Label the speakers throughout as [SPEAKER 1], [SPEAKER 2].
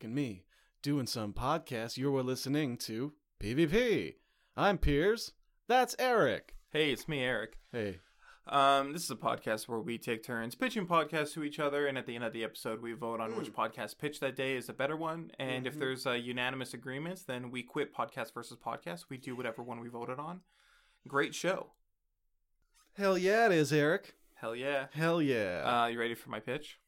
[SPEAKER 1] and me doing some podcast. You are listening to PvP. I'm Piers. That's Eric.
[SPEAKER 2] Hey, it's me, Eric.
[SPEAKER 1] Hey,
[SPEAKER 2] Um, this is a podcast where we take turns pitching podcasts to each other, and at the end of the episode, we vote on
[SPEAKER 1] Hmm.
[SPEAKER 2] which podcast pitch that day is a better one. And
[SPEAKER 1] Mm-hmm.
[SPEAKER 2] if there's a unanimous agreement, then we quit podcast versus podcast. We do whatever one we voted on. Great show.
[SPEAKER 1] hell yeah, it is Eric.
[SPEAKER 2] Hell yeah.
[SPEAKER 1] Hell yeah.
[SPEAKER 2] Uh, you ready for my pitch?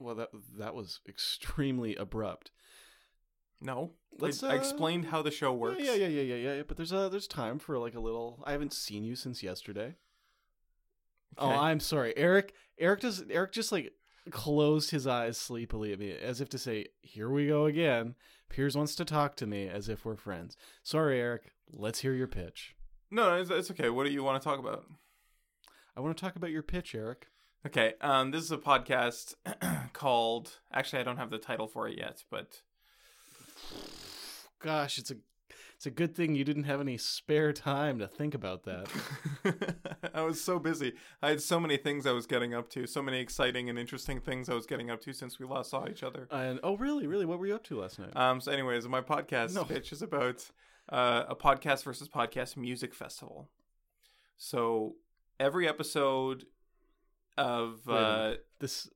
[SPEAKER 1] well, that that was extremely abrupt.
[SPEAKER 2] No.
[SPEAKER 1] Let's,
[SPEAKER 2] I,
[SPEAKER 1] uh,
[SPEAKER 2] I explained how the show works.
[SPEAKER 1] Yeah, yeah, yeah, yeah, yeah, yeah. But there's a there's time for like a little. I haven't seen you since yesterday. Oh,
[SPEAKER 2] Okay.
[SPEAKER 1] I'm sorry, Eric. Eric does. Eric just like closed his eyes sleepily at me, as if to say, "Here we go again." Piers wants to talk to me as if we're friends. Sorry, Eric. Let's hear your pitch.
[SPEAKER 2] No, no, it's, it's okay. What do you want to talk about?
[SPEAKER 1] I want to talk about your pitch, Eric.
[SPEAKER 2] Okay. Um, this is a podcast called. Actually, I don't have the title for it yet, but
[SPEAKER 1] Gosh, it's a it's a good thing you didn't have any spare time to think about that.
[SPEAKER 2] I was so busy. I had so many things I was getting up to, so many exciting and interesting things I was getting up to since we last saw each other.
[SPEAKER 1] And oh, really, really, what were you up to last night?
[SPEAKER 2] Um, so, anyways, my podcast
[SPEAKER 1] No.
[SPEAKER 2] pitch is about uh, a podcast versus podcast music festival. So, every episode of
[SPEAKER 1] Wait a
[SPEAKER 2] uh,
[SPEAKER 1] this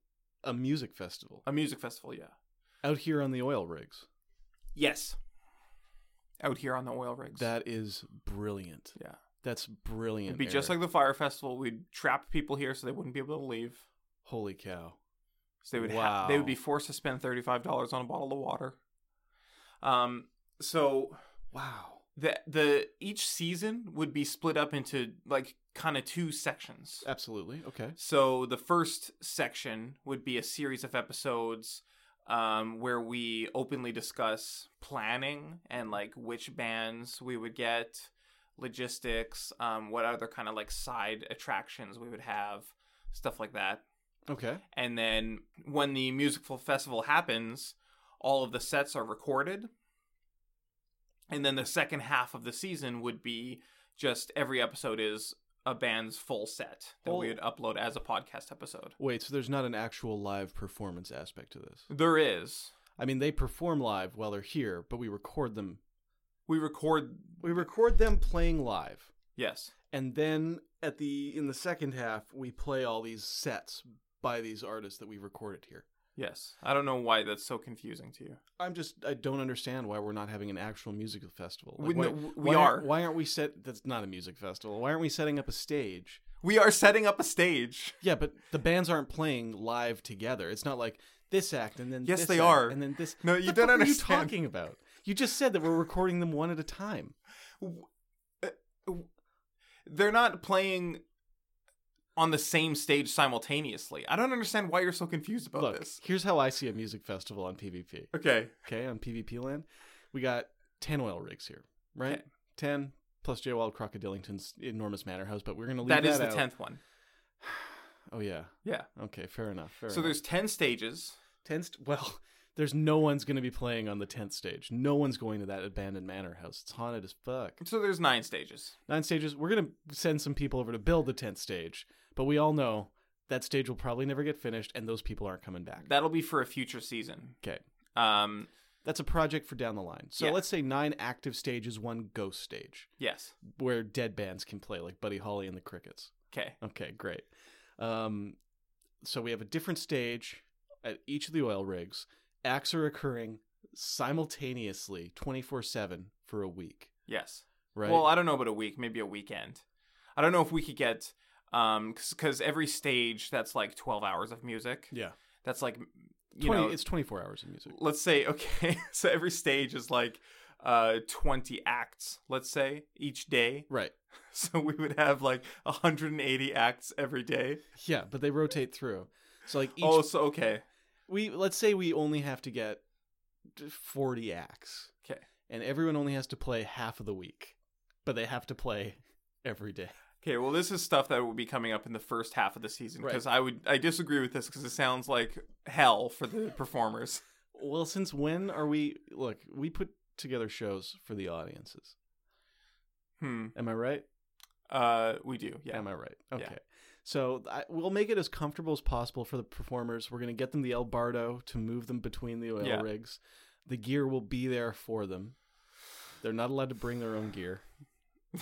[SPEAKER 1] a music festival
[SPEAKER 2] a music festival, yeah.
[SPEAKER 1] out here on the oil rigs.
[SPEAKER 2] Yes. Out here on the oil rigs.
[SPEAKER 1] That is brilliant.
[SPEAKER 2] yeah.
[SPEAKER 1] That's brilliant.
[SPEAKER 2] It'd be just like
[SPEAKER 1] Eric.
[SPEAKER 2] the fire festival. We'd trap people here so they wouldn't be able to leave.
[SPEAKER 1] holy cow.
[SPEAKER 2] So they would ha- they
[SPEAKER 1] Wow.
[SPEAKER 2] would be forced to spend thirty five dollars on a bottle of water. Um, so
[SPEAKER 1] Wow.
[SPEAKER 2] the the each season would be split up into like kind of two sections.
[SPEAKER 1] Absolutely. Okay.
[SPEAKER 2] So the first section would be a series of episodes um, where we openly discuss planning and like which bands we would get, logistics, um, what other kind of like side attractions we would have, stuff like that.
[SPEAKER 1] Okay.
[SPEAKER 2] And then when the musical festival happens, all of the sets are recorded. And then the second half of the season would be just every episode is a band's full set that we
[SPEAKER 1] Oh.
[SPEAKER 2] would upload as a podcast episode.
[SPEAKER 1] Wait, so there's not an actual live performance aspect to this.
[SPEAKER 2] There is.
[SPEAKER 1] I mean, they perform live while they're here, but we record them.
[SPEAKER 2] We record
[SPEAKER 1] We record them playing live.
[SPEAKER 2] yes.
[SPEAKER 1] And then at the in the second half, we play all these sets by these artists that we recorded here.
[SPEAKER 2] Yes. I don't know why that's so confusing to you.
[SPEAKER 1] I'm just I don't understand why we're not having an actual musical festival.
[SPEAKER 2] We-
[SPEAKER 1] why,
[SPEAKER 2] no, we
[SPEAKER 1] why aren't-
[SPEAKER 2] are.
[SPEAKER 1] Why aren't we set that's not a music festival. Why aren't we setting up a stage?
[SPEAKER 2] We are setting up a stage.
[SPEAKER 1] Yeah, but the bands aren't playing live together. It's not like this act and then
[SPEAKER 2] Yes,
[SPEAKER 1] this
[SPEAKER 2] they
[SPEAKER 1] act
[SPEAKER 2] are.
[SPEAKER 1] and then this.
[SPEAKER 2] No,
[SPEAKER 1] What
[SPEAKER 2] you
[SPEAKER 1] the fuck
[SPEAKER 2] don't
[SPEAKER 1] Are you
[SPEAKER 2] understand.
[SPEAKER 1] talking about? You just said that we're recording them one at a time.
[SPEAKER 2] W- uh, w- They're not playing on the same stage simultaneously. I don't understand why you're so confused about
[SPEAKER 1] Look,
[SPEAKER 2] this.
[SPEAKER 1] here's how I see a music festival on PvP.
[SPEAKER 2] Okay.
[SPEAKER 1] Okay, on PvP land, we got ten oil rigs here, right?
[SPEAKER 2] Okay.
[SPEAKER 1] Ten plus J Wild Crocodilington's enormous manor house, but we're gonna leave
[SPEAKER 2] that is the
[SPEAKER 1] out.
[SPEAKER 2] tenth one.
[SPEAKER 1] Oh yeah.
[SPEAKER 2] Yeah.
[SPEAKER 1] Okay, fair enough. Fair
[SPEAKER 2] so
[SPEAKER 1] enough.
[SPEAKER 2] there's ten stages.
[SPEAKER 1] Ten st- well, there's no one's going to be playing on the tenth stage. No one's going to that abandoned manor house. It's haunted as fuck.
[SPEAKER 2] So there's nine stages.
[SPEAKER 1] Nine stages. We're going to send some people over to build the tenth stage, but we all know that stage will probably never get finished, and those people aren't coming back.
[SPEAKER 2] That'll be for a future season.
[SPEAKER 1] okay,
[SPEAKER 2] Um.
[SPEAKER 1] that's a project for down the line. So
[SPEAKER 2] Yeah.
[SPEAKER 1] let's say nine active stages, one ghost stage
[SPEAKER 2] Yes.
[SPEAKER 1] where dead bands can play, like Buddy Holly and the Crickets.
[SPEAKER 2] Okay.
[SPEAKER 1] Okay, great. Um, so we have a different stage at each of the oil rigs. Acts are occurring simultaneously, twenty four seven for a week.
[SPEAKER 2] Yes.
[SPEAKER 1] Right.
[SPEAKER 2] Well, I don't know about a week. Maybe a weekend. I don't know if we could get um because every stage that's like twelve hours of music.
[SPEAKER 1] yeah.
[SPEAKER 2] That's like you
[SPEAKER 1] 20,
[SPEAKER 2] know
[SPEAKER 1] it's twenty four hours of music.
[SPEAKER 2] let's say okay so every stage is like uh 20 acts let's say each day
[SPEAKER 1] Right.
[SPEAKER 2] so we would have like 180 acts every day
[SPEAKER 1] Yeah, but they rotate through. So like each
[SPEAKER 2] oh so okay
[SPEAKER 1] we let's say we only have to get forty acts.
[SPEAKER 2] Okay.
[SPEAKER 1] And everyone only has to play half of the week, but they have to play every day.
[SPEAKER 2] okay well this is stuff that will be coming up in the first half of the season
[SPEAKER 1] Right.
[SPEAKER 2] because i would i disagree with this because it sounds like hell for the performers
[SPEAKER 1] Well, since when are we? Look, we put together shows for the audiences.
[SPEAKER 2] hmm
[SPEAKER 1] Am I right?
[SPEAKER 2] uh we do yeah
[SPEAKER 1] Am I right?
[SPEAKER 2] Yeah.
[SPEAKER 1] Okay. So I, we'll make it as comfortable as possible for the performers. We're going to get them the El Bardo to move them between the oil
[SPEAKER 2] Yeah.
[SPEAKER 1] rigs. The gear will be there for them. They're not allowed to bring their own gear.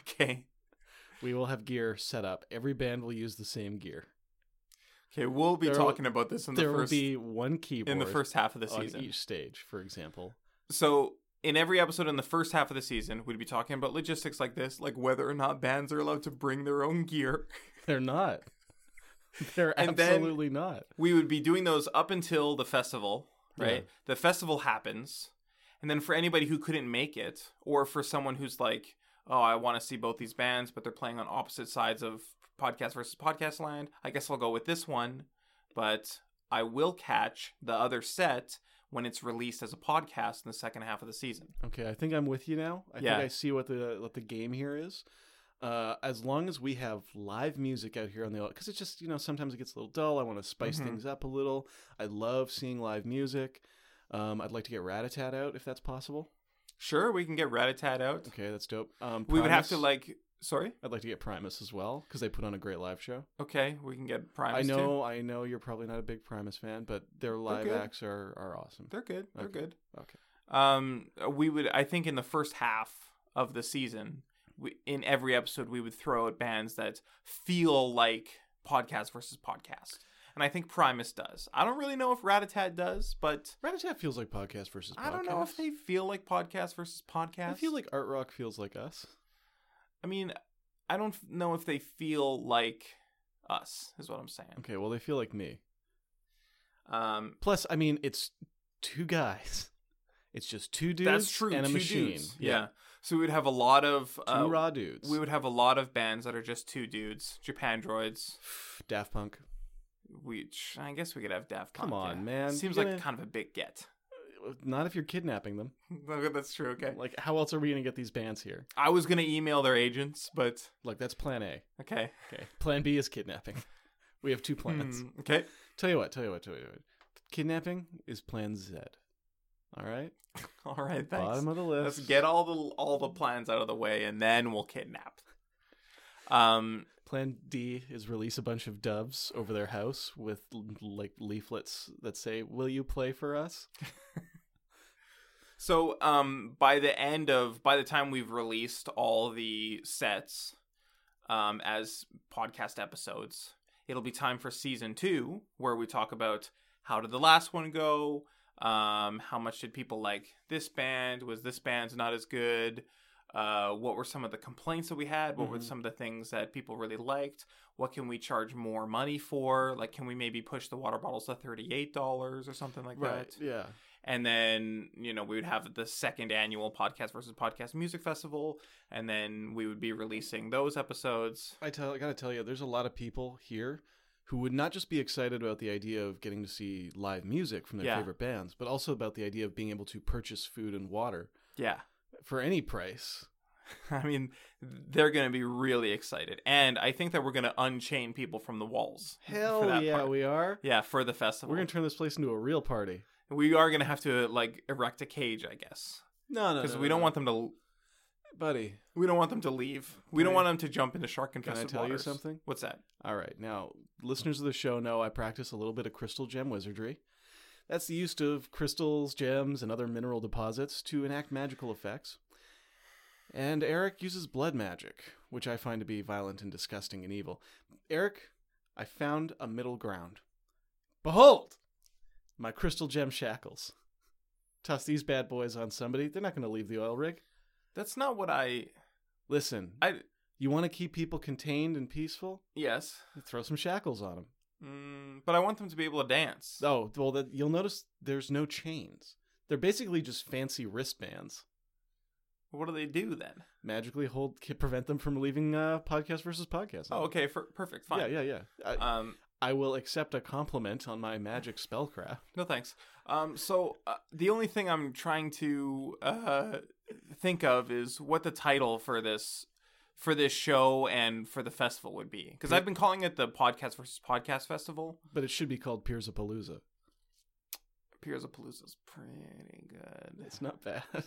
[SPEAKER 2] Okay.
[SPEAKER 1] We will have gear set up. Every band will use the same gear.
[SPEAKER 2] Okay, we'll be
[SPEAKER 1] There will-
[SPEAKER 2] talking about this in the
[SPEAKER 1] there
[SPEAKER 2] first
[SPEAKER 1] will be Oh, one keyboard
[SPEAKER 2] in the first half of the
[SPEAKER 1] on
[SPEAKER 2] season.
[SPEAKER 1] each stage, for example.
[SPEAKER 2] So in every episode in the first half of the season, we'd be talking about logistics like this, like whether or not bands are allowed to bring their own gear.
[SPEAKER 1] They're not. They're
[SPEAKER 2] And then-
[SPEAKER 1] absolutely not.
[SPEAKER 2] We would be doing those up until the festival, right?
[SPEAKER 1] Yeah.
[SPEAKER 2] The festival happens. And then for anybody who couldn't make it, or for someone who's like, oh, I want to see both these bands, but they're playing on opposite sides of podcast versus podcast land, I guess I'll go with this one. But I will catch the other set when it's released as a podcast in the second half of the season.
[SPEAKER 1] Okay, I think I'm with you now. I
[SPEAKER 2] Yeah.
[SPEAKER 1] think I see what the what the game here is. Uh, as long as we have live music out here on the because it's just you know sometimes it gets a little dull. I want to spice
[SPEAKER 2] Mhm.
[SPEAKER 1] things up a little. I love seeing live music. Um, I'd like to get Ratatat out if that's possible.
[SPEAKER 2] Sure, we can get Ratatat out.
[SPEAKER 1] Okay, that's dope. Um,
[SPEAKER 2] We would have to
[SPEAKER 1] Primus,
[SPEAKER 2] like. Sorry.
[SPEAKER 1] I'd like to get Primus as well because they put on a great live show.
[SPEAKER 2] Okay, we can get Primus.
[SPEAKER 1] I
[SPEAKER 2] too.
[SPEAKER 1] know, I know you're probably not a big Primus fan, but their live
[SPEAKER 2] good.
[SPEAKER 1] acts are are awesome.
[SPEAKER 2] they're good. They're
[SPEAKER 1] Okay.
[SPEAKER 2] good.
[SPEAKER 1] Okay.
[SPEAKER 2] Um, we would. I think in the first half of the season, we, in every episode, we would throw out bands that feel like podcast versus podcast, and I think Primus does. I don't really know if Ratatat does, but
[SPEAKER 1] Ratatat feels like podcast versus. Podcast.
[SPEAKER 2] I don't know if they feel like podcast versus podcast.
[SPEAKER 1] I feel like art rock feels like us.
[SPEAKER 2] I mean, I don't f- know if they feel like us. Is what I'm saying.
[SPEAKER 1] Okay, well they feel like me. Mm.
[SPEAKER 2] Um,
[SPEAKER 1] Plus, I mean, it's two guys. It's just two dudes
[SPEAKER 2] That's true.
[SPEAKER 1] and a
[SPEAKER 2] two
[SPEAKER 1] machine.
[SPEAKER 2] Dudes. Yeah. So we would have a lot of
[SPEAKER 1] Two
[SPEAKER 2] uh,
[SPEAKER 1] raw dudes.
[SPEAKER 2] we would have a lot of bands that are just two dudes, Japan droids.
[SPEAKER 1] Daft Punk.
[SPEAKER 2] Which I guess we could have Daft Punk.
[SPEAKER 1] Come on,
[SPEAKER 2] yeah.
[SPEAKER 1] man.
[SPEAKER 2] Seems
[SPEAKER 1] You're
[SPEAKER 2] like
[SPEAKER 1] gonna-
[SPEAKER 2] kind of a big get.
[SPEAKER 1] Not if you're kidnapping them.
[SPEAKER 2] That's true. Okay.
[SPEAKER 1] Like, how else are we going to get these bands here?
[SPEAKER 2] I was gonna email their agents, but
[SPEAKER 1] Like, that's plan A.
[SPEAKER 2] okay.
[SPEAKER 1] Okay. Plan B is kidnapping. We have two plans.
[SPEAKER 2] Hmm, okay.
[SPEAKER 1] Tell you what, tell you what, tell you what. Kidnapping is plan Z. All right?
[SPEAKER 2] All right. Thanks.
[SPEAKER 1] Bottom of the list.
[SPEAKER 2] Let's get all the all the plans out of the way, and then we'll kidnap. Um.
[SPEAKER 1] Plan D is release a bunch of doves over their house with l- like leaflets that say, "Will you play for us?"
[SPEAKER 2] So, um, by the end of by the time we've released all the sets, um, as podcast episodes, it'll be time for season two, where we talk about how did the last one go, um, how much did people like this band, was this band's not as good, uh, what were some of the complaints that we had, what were
[SPEAKER 1] Mhm.
[SPEAKER 2] some of the things that people really liked, what can we charge more money for, like can we maybe push the water bottles to thirty eight dollars or something like that
[SPEAKER 1] Yeah.
[SPEAKER 2] and then you know we would have the second annual podcast versus podcast music festival and then we would be releasing those episodes
[SPEAKER 1] I tell, I gotta tell you, there's a lot of people here who would not just be excited about the idea of getting to see live music from their
[SPEAKER 2] Yeah.
[SPEAKER 1] favorite bands, but also about the idea of being able to purchase food and water
[SPEAKER 2] yeah
[SPEAKER 1] for any price.
[SPEAKER 2] i mean they're gonna be really excited and i think that we're gonna unchain people from the walls for that part.
[SPEAKER 1] we are.
[SPEAKER 2] yeah for the festival
[SPEAKER 1] We're gonna turn this place into a real party.
[SPEAKER 2] we are gonna have to like erect a cage i guess
[SPEAKER 1] No, no,
[SPEAKER 2] because we don't want them to
[SPEAKER 1] buddy.
[SPEAKER 2] we don't want them to leave we don't
[SPEAKER 1] I-
[SPEAKER 2] want them to jump into shark
[SPEAKER 1] Can I
[SPEAKER 2] infested
[SPEAKER 1] tell you
[SPEAKER 2] waters.
[SPEAKER 1] something?
[SPEAKER 2] what's that
[SPEAKER 1] All right, now listeners of the show know I practice a little bit of crystal gem wizardry. That's the use of crystals, gems, and other mineral deposits to enact magical effects. And Eric uses blood magic, which I find to be violent and disgusting and evil. Eric, I found a middle ground. Behold, my crystal gem shackles. Toss these bad boys on somebody, they're not going to leave the oil rig.
[SPEAKER 2] that's not what i
[SPEAKER 1] Listen,
[SPEAKER 2] i
[SPEAKER 1] you want to keep people contained and peaceful?
[SPEAKER 2] yes
[SPEAKER 1] Throw some shackles on them.
[SPEAKER 2] mm, but i want them to be able to dance
[SPEAKER 1] Oh, well, that you'll notice there's no chains. They're basically just fancy wristbands.
[SPEAKER 2] What do they do then?
[SPEAKER 1] Magically hold can prevent them from leaving uh, podcast versus podcast.
[SPEAKER 2] Oh, okay, for, perfect, fine.
[SPEAKER 1] Yeah, yeah, yeah. I,
[SPEAKER 2] Um,
[SPEAKER 1] I will accept a compliment on my magic spellcraft.
[SPEAKER 2] no thanks. Um, so uh, the only thing I'm trying to uh think of is what the title for this for this show and for the festival would be because I've been calling it the podcast versus podcast festival.
[SPEAKER 1] But it should be called Piers of Palooza.
[SPEAKER 2] Piers of Palooza's pretty good.
[SPEAKER 1] It's not bad.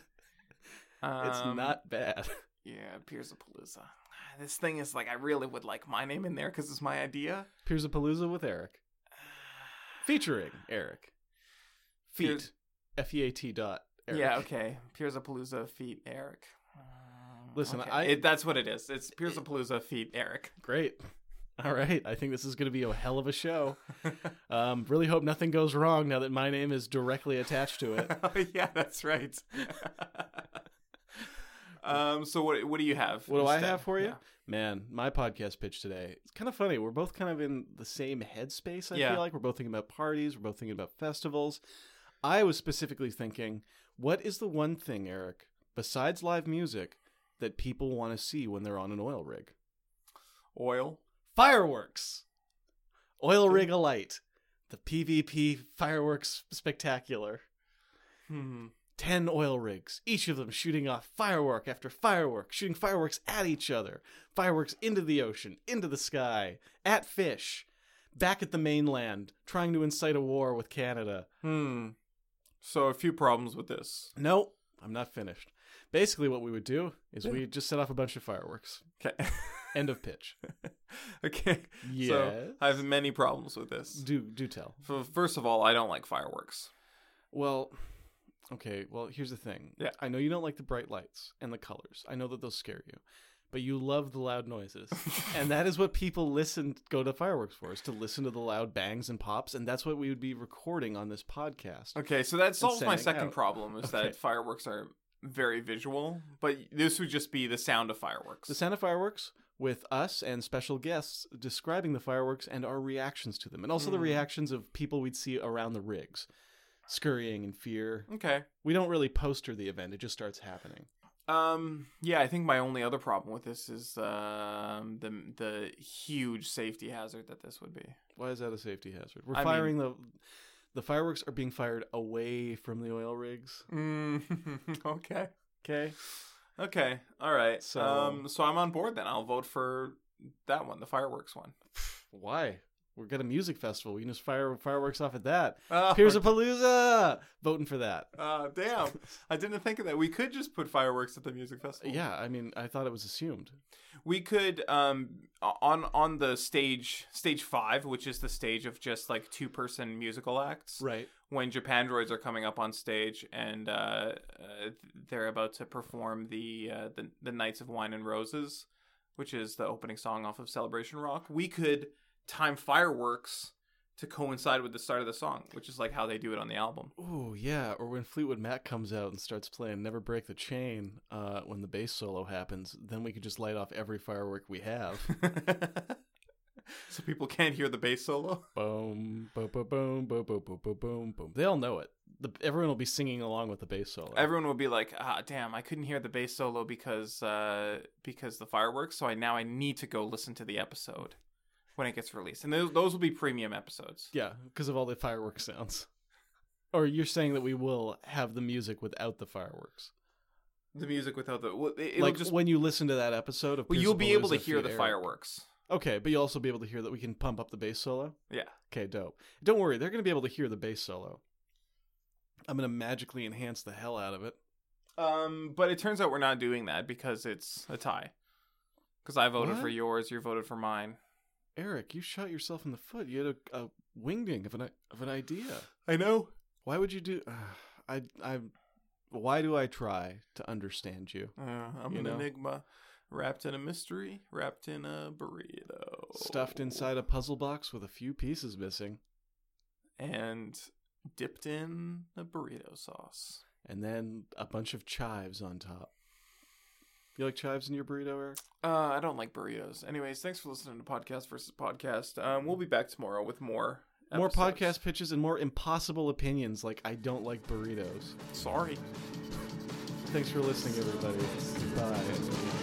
[SPEAKER 2] Um,
[SPEAKER 1] it's not bad.
[SPEAKER 2] Yeah, Piers of Palooza. This thing is like I really would like my name in there because it's my idea.
[SPEAKER 1] Piers of Palooza with Eric, featuring Eric. Feet.
[SPEAKER 2] Piers-
[SPEAKER 1] F E A T dot. Eric.
[SPEAKER 2] Yeah, okay. Pierzapalooza feet Eric. Um,
[SPEAKER 1] Listen,
[SPEAKER 2] okay.
[SPEAKER 1] I-
[SPEAKER 2] It, that's what it is. It's Pierzapalooza feet Eric.
[SPEAKER 1] Great. All right. I think this is going to be a hell of a show. Um, really hope nothing goes wrong now that my name is directly attached to it.
[SPEAKER 2] oh, yeah, that's right. um, so what what do you have?
[SPEAKER 1] What do I
[SPEAKER 2] instead?
[SPEAKER 1] have for you?
[SPEAKER 2] uh, Yeah.
[SPEAKER 1] Man, my podcast pitch today. It's kind of funny. We're both kind of in the same headspace, I
[SPEAKER 2] Yeah.
[SPEAKER 1] feel like. We're both thinking about parties, we're both thinking about festivals. I was specifically thinking, what is the one thing, Eric, besides live music, that people want to see when they're on an oil rig?
[SPEAKER 2] Oil.
[SPEAKER 1] Fireworks! Oil rig alight. The PvP fireworks spectacular.
[SPEAKER 2] Hmm.
[SPEAKER 1] 10 oil rigs, each of them shooting off firework after firework, shooting fireworks at each other, fireworks into the ocean, into the sky, at fish, back at the mainland, trying to incite a war with Canada.
[SPEAKER 2] Hmm. So a few problems with this.
[SPEAKER 1] No, I'm not finished. Basically, what we would do is we'd just set off a bunch of fireworks.
[SPEAKER 2] Okay.
[SPEAKER 1] End of pitch.
[SPEAKER 2] okay.
[SPEAKER 1] Yes.
[SPEAKER 2] So I have many problems with this.
[SPEAKER 1] do do tell.
[SPEAKER 2] F- First of all, I don't like fireworks.
[SPEAKER 1] Well, okay. Well, here's the thing.
[SPEAKER 2] Yeah.
[SPEAKER 1] I know you don't like the bright lights and the colors. I know that those scare you, but you love the loud noises, and that is what people listen go to fireworks for is to listen to the loud bangs and pops, and that's what we would be recording on this podcast.
[SPEAKER 2] Okay, so that solves my
[SPEAKER 1] sending
[SPEAKER 2] second
[SPEAKER 1] out.
[SPEAKER 2] problem is
[SPEAKER 1] Oh. Okay.
[SPEAKER 2] that fireworks are very visual, but this would just be the sound of fireworks.
[SPEAKER 1] The sound of fireworks with us and special guests describing the fireworks and our reactions to them, and also the
[SPEAKER 2] Mm.
[SPEAKER 1] reactions of people we'd see around the rigs, scurrying in fear.
[SPEAKER 2] okay.
[SPEAKER 1] We don't really poster the event; it just starts happening.
[SPEAKER 2] Um. Yeah, I think my only other problem with this is um the the huge safety hazard that this would be.
[SPEAKER 1] Why is that a safety hazard? We're
[SPEAKER 2] I mean-
[SPEAKER 1] firing the the fireworks are being fired away from the oil rigs.
[SPEAKER 2] Mm, okay.
[SPEAKER 1] Okay.
[SPEAKER 2] Okay. All right.
[SPEAKER 1] So-
[SPEAKER 2] So um, so I'm on board then. I'll vote for that one, the fireworks one.
[SPEAKER 1] Why? We're at a music festival. We can just fire fireworks off at that.
[SPEAKER 2] Oh,
[SPEAKER 1] Here's a palooza. Voting for that.
[SPEAKER 2] uh, damn. I didn't think of that. We could just put fireworks at the music festival.
[SPEAKER 1] Yeah, I mean, I thought it was assumed.
[SPEAKER 2] we could um on on the stage stage five, which is the stage of just like two person musical acts.
[SPEAKER 1] Right.
[SPEAKER 2] when Japan droids are coming up on stage and uh, uh, they're about to perform the, uh, the the Knights of Wine and Roses, which is the opening song off of Celebration Rock, we could time fireworks to coincide with the start of the song, which is like how they do it on the album.
[SPEAKER 1] Ooh, yeah. Or when Fleetwood Mac comes out and starts playing "Never Break the Chain" uh, when the bass solo happens, then we could just light off every firework we have.
[SPEAKER 2] so people can't hear the bass solo.
[SPEAKER 1] boom, boom, boom, boom, boom, boom, boom, boom, boom, boom. They all know it. The, everyone will be singing along with the bass solo.
[SPEAKER 2] Everyone will be like, "Ah, damn! I couldn't hear the bass solo because uh, because the fireworks. So I now I need to go listen to the episode when it gets released, and those, those will be premium episodes.
[SPEAKER 1] Yeah, because of all the fireworks sounds. Or you're saying that we will have the music without the fireworks?
[SPEAKER 2] the music without the well, it, will
[SPEAKER 1] like
[SPEAKER 2] just
[SPEAKER 1] when you listen to that episode of
[SPEAKER 2] well, you'll be able to
[SPEAKER 1] Pierzapalooza
[SPEAKER 2] hear
[SPEAKER 1] Feed
[SPEAKER 2] the
[SPEAKER 1] Eric.
[SPEAKER 2] fireworks.
[SPEAKER 1] Okay, but you'll also be able to hear that we can pump up the bass solo.
[SPEAKER 2] Yeah.
[SPEAKER 1] Okay, dope. Don't worry, they're going to be able to hear the bass solo. I'm going to magically enhance the hell out of it.
[SPEAKER 2] Um, but it turns out we're not doing that because it's a tie. Because I voted for
[SPEAKER 1] What?
[SPEAKER 2] yours, you voted for mine.
[SPEAKER 1] Eric, you shot yourself in the foot. You had a, a wingding of an i- of an idea.
[SPEAKER 2] I know.
[SPEAKER 1] Why would you do? I I. Why do I try to understand you?
[SPEAKER 2] Uh, I'm
[SPEAKER 1] You
[SPEAKER 2] an
[SPEAKER 1] know?
[SPEAKER 2] enigma, wrapped in a mystery, wrapped in a burrito,
[SPEAKER 1] Stuffed inside a puzzle box with a few pieces missing.
[SPEAKER 2] and dipped in a burrito sauce.
[SPEAKER 1] and then a bunch of chives on top. You like chives in your burrito, Eric?
[SPEAKER 2] Uh, I don't like burritos. Anyways, thanks for listening to Podcast versus Podcast. Um, we'll be back tomorrow with more
[SPEAKER 1] More
[SPEAKER 2] episodes.
[SPEAKER 1] podcast pitches and more impossible opinions like I don't like burritos.
[SPEAKER 2] Sorry.
[SPEAKER 1] Thanks for listening, everybody. Bye.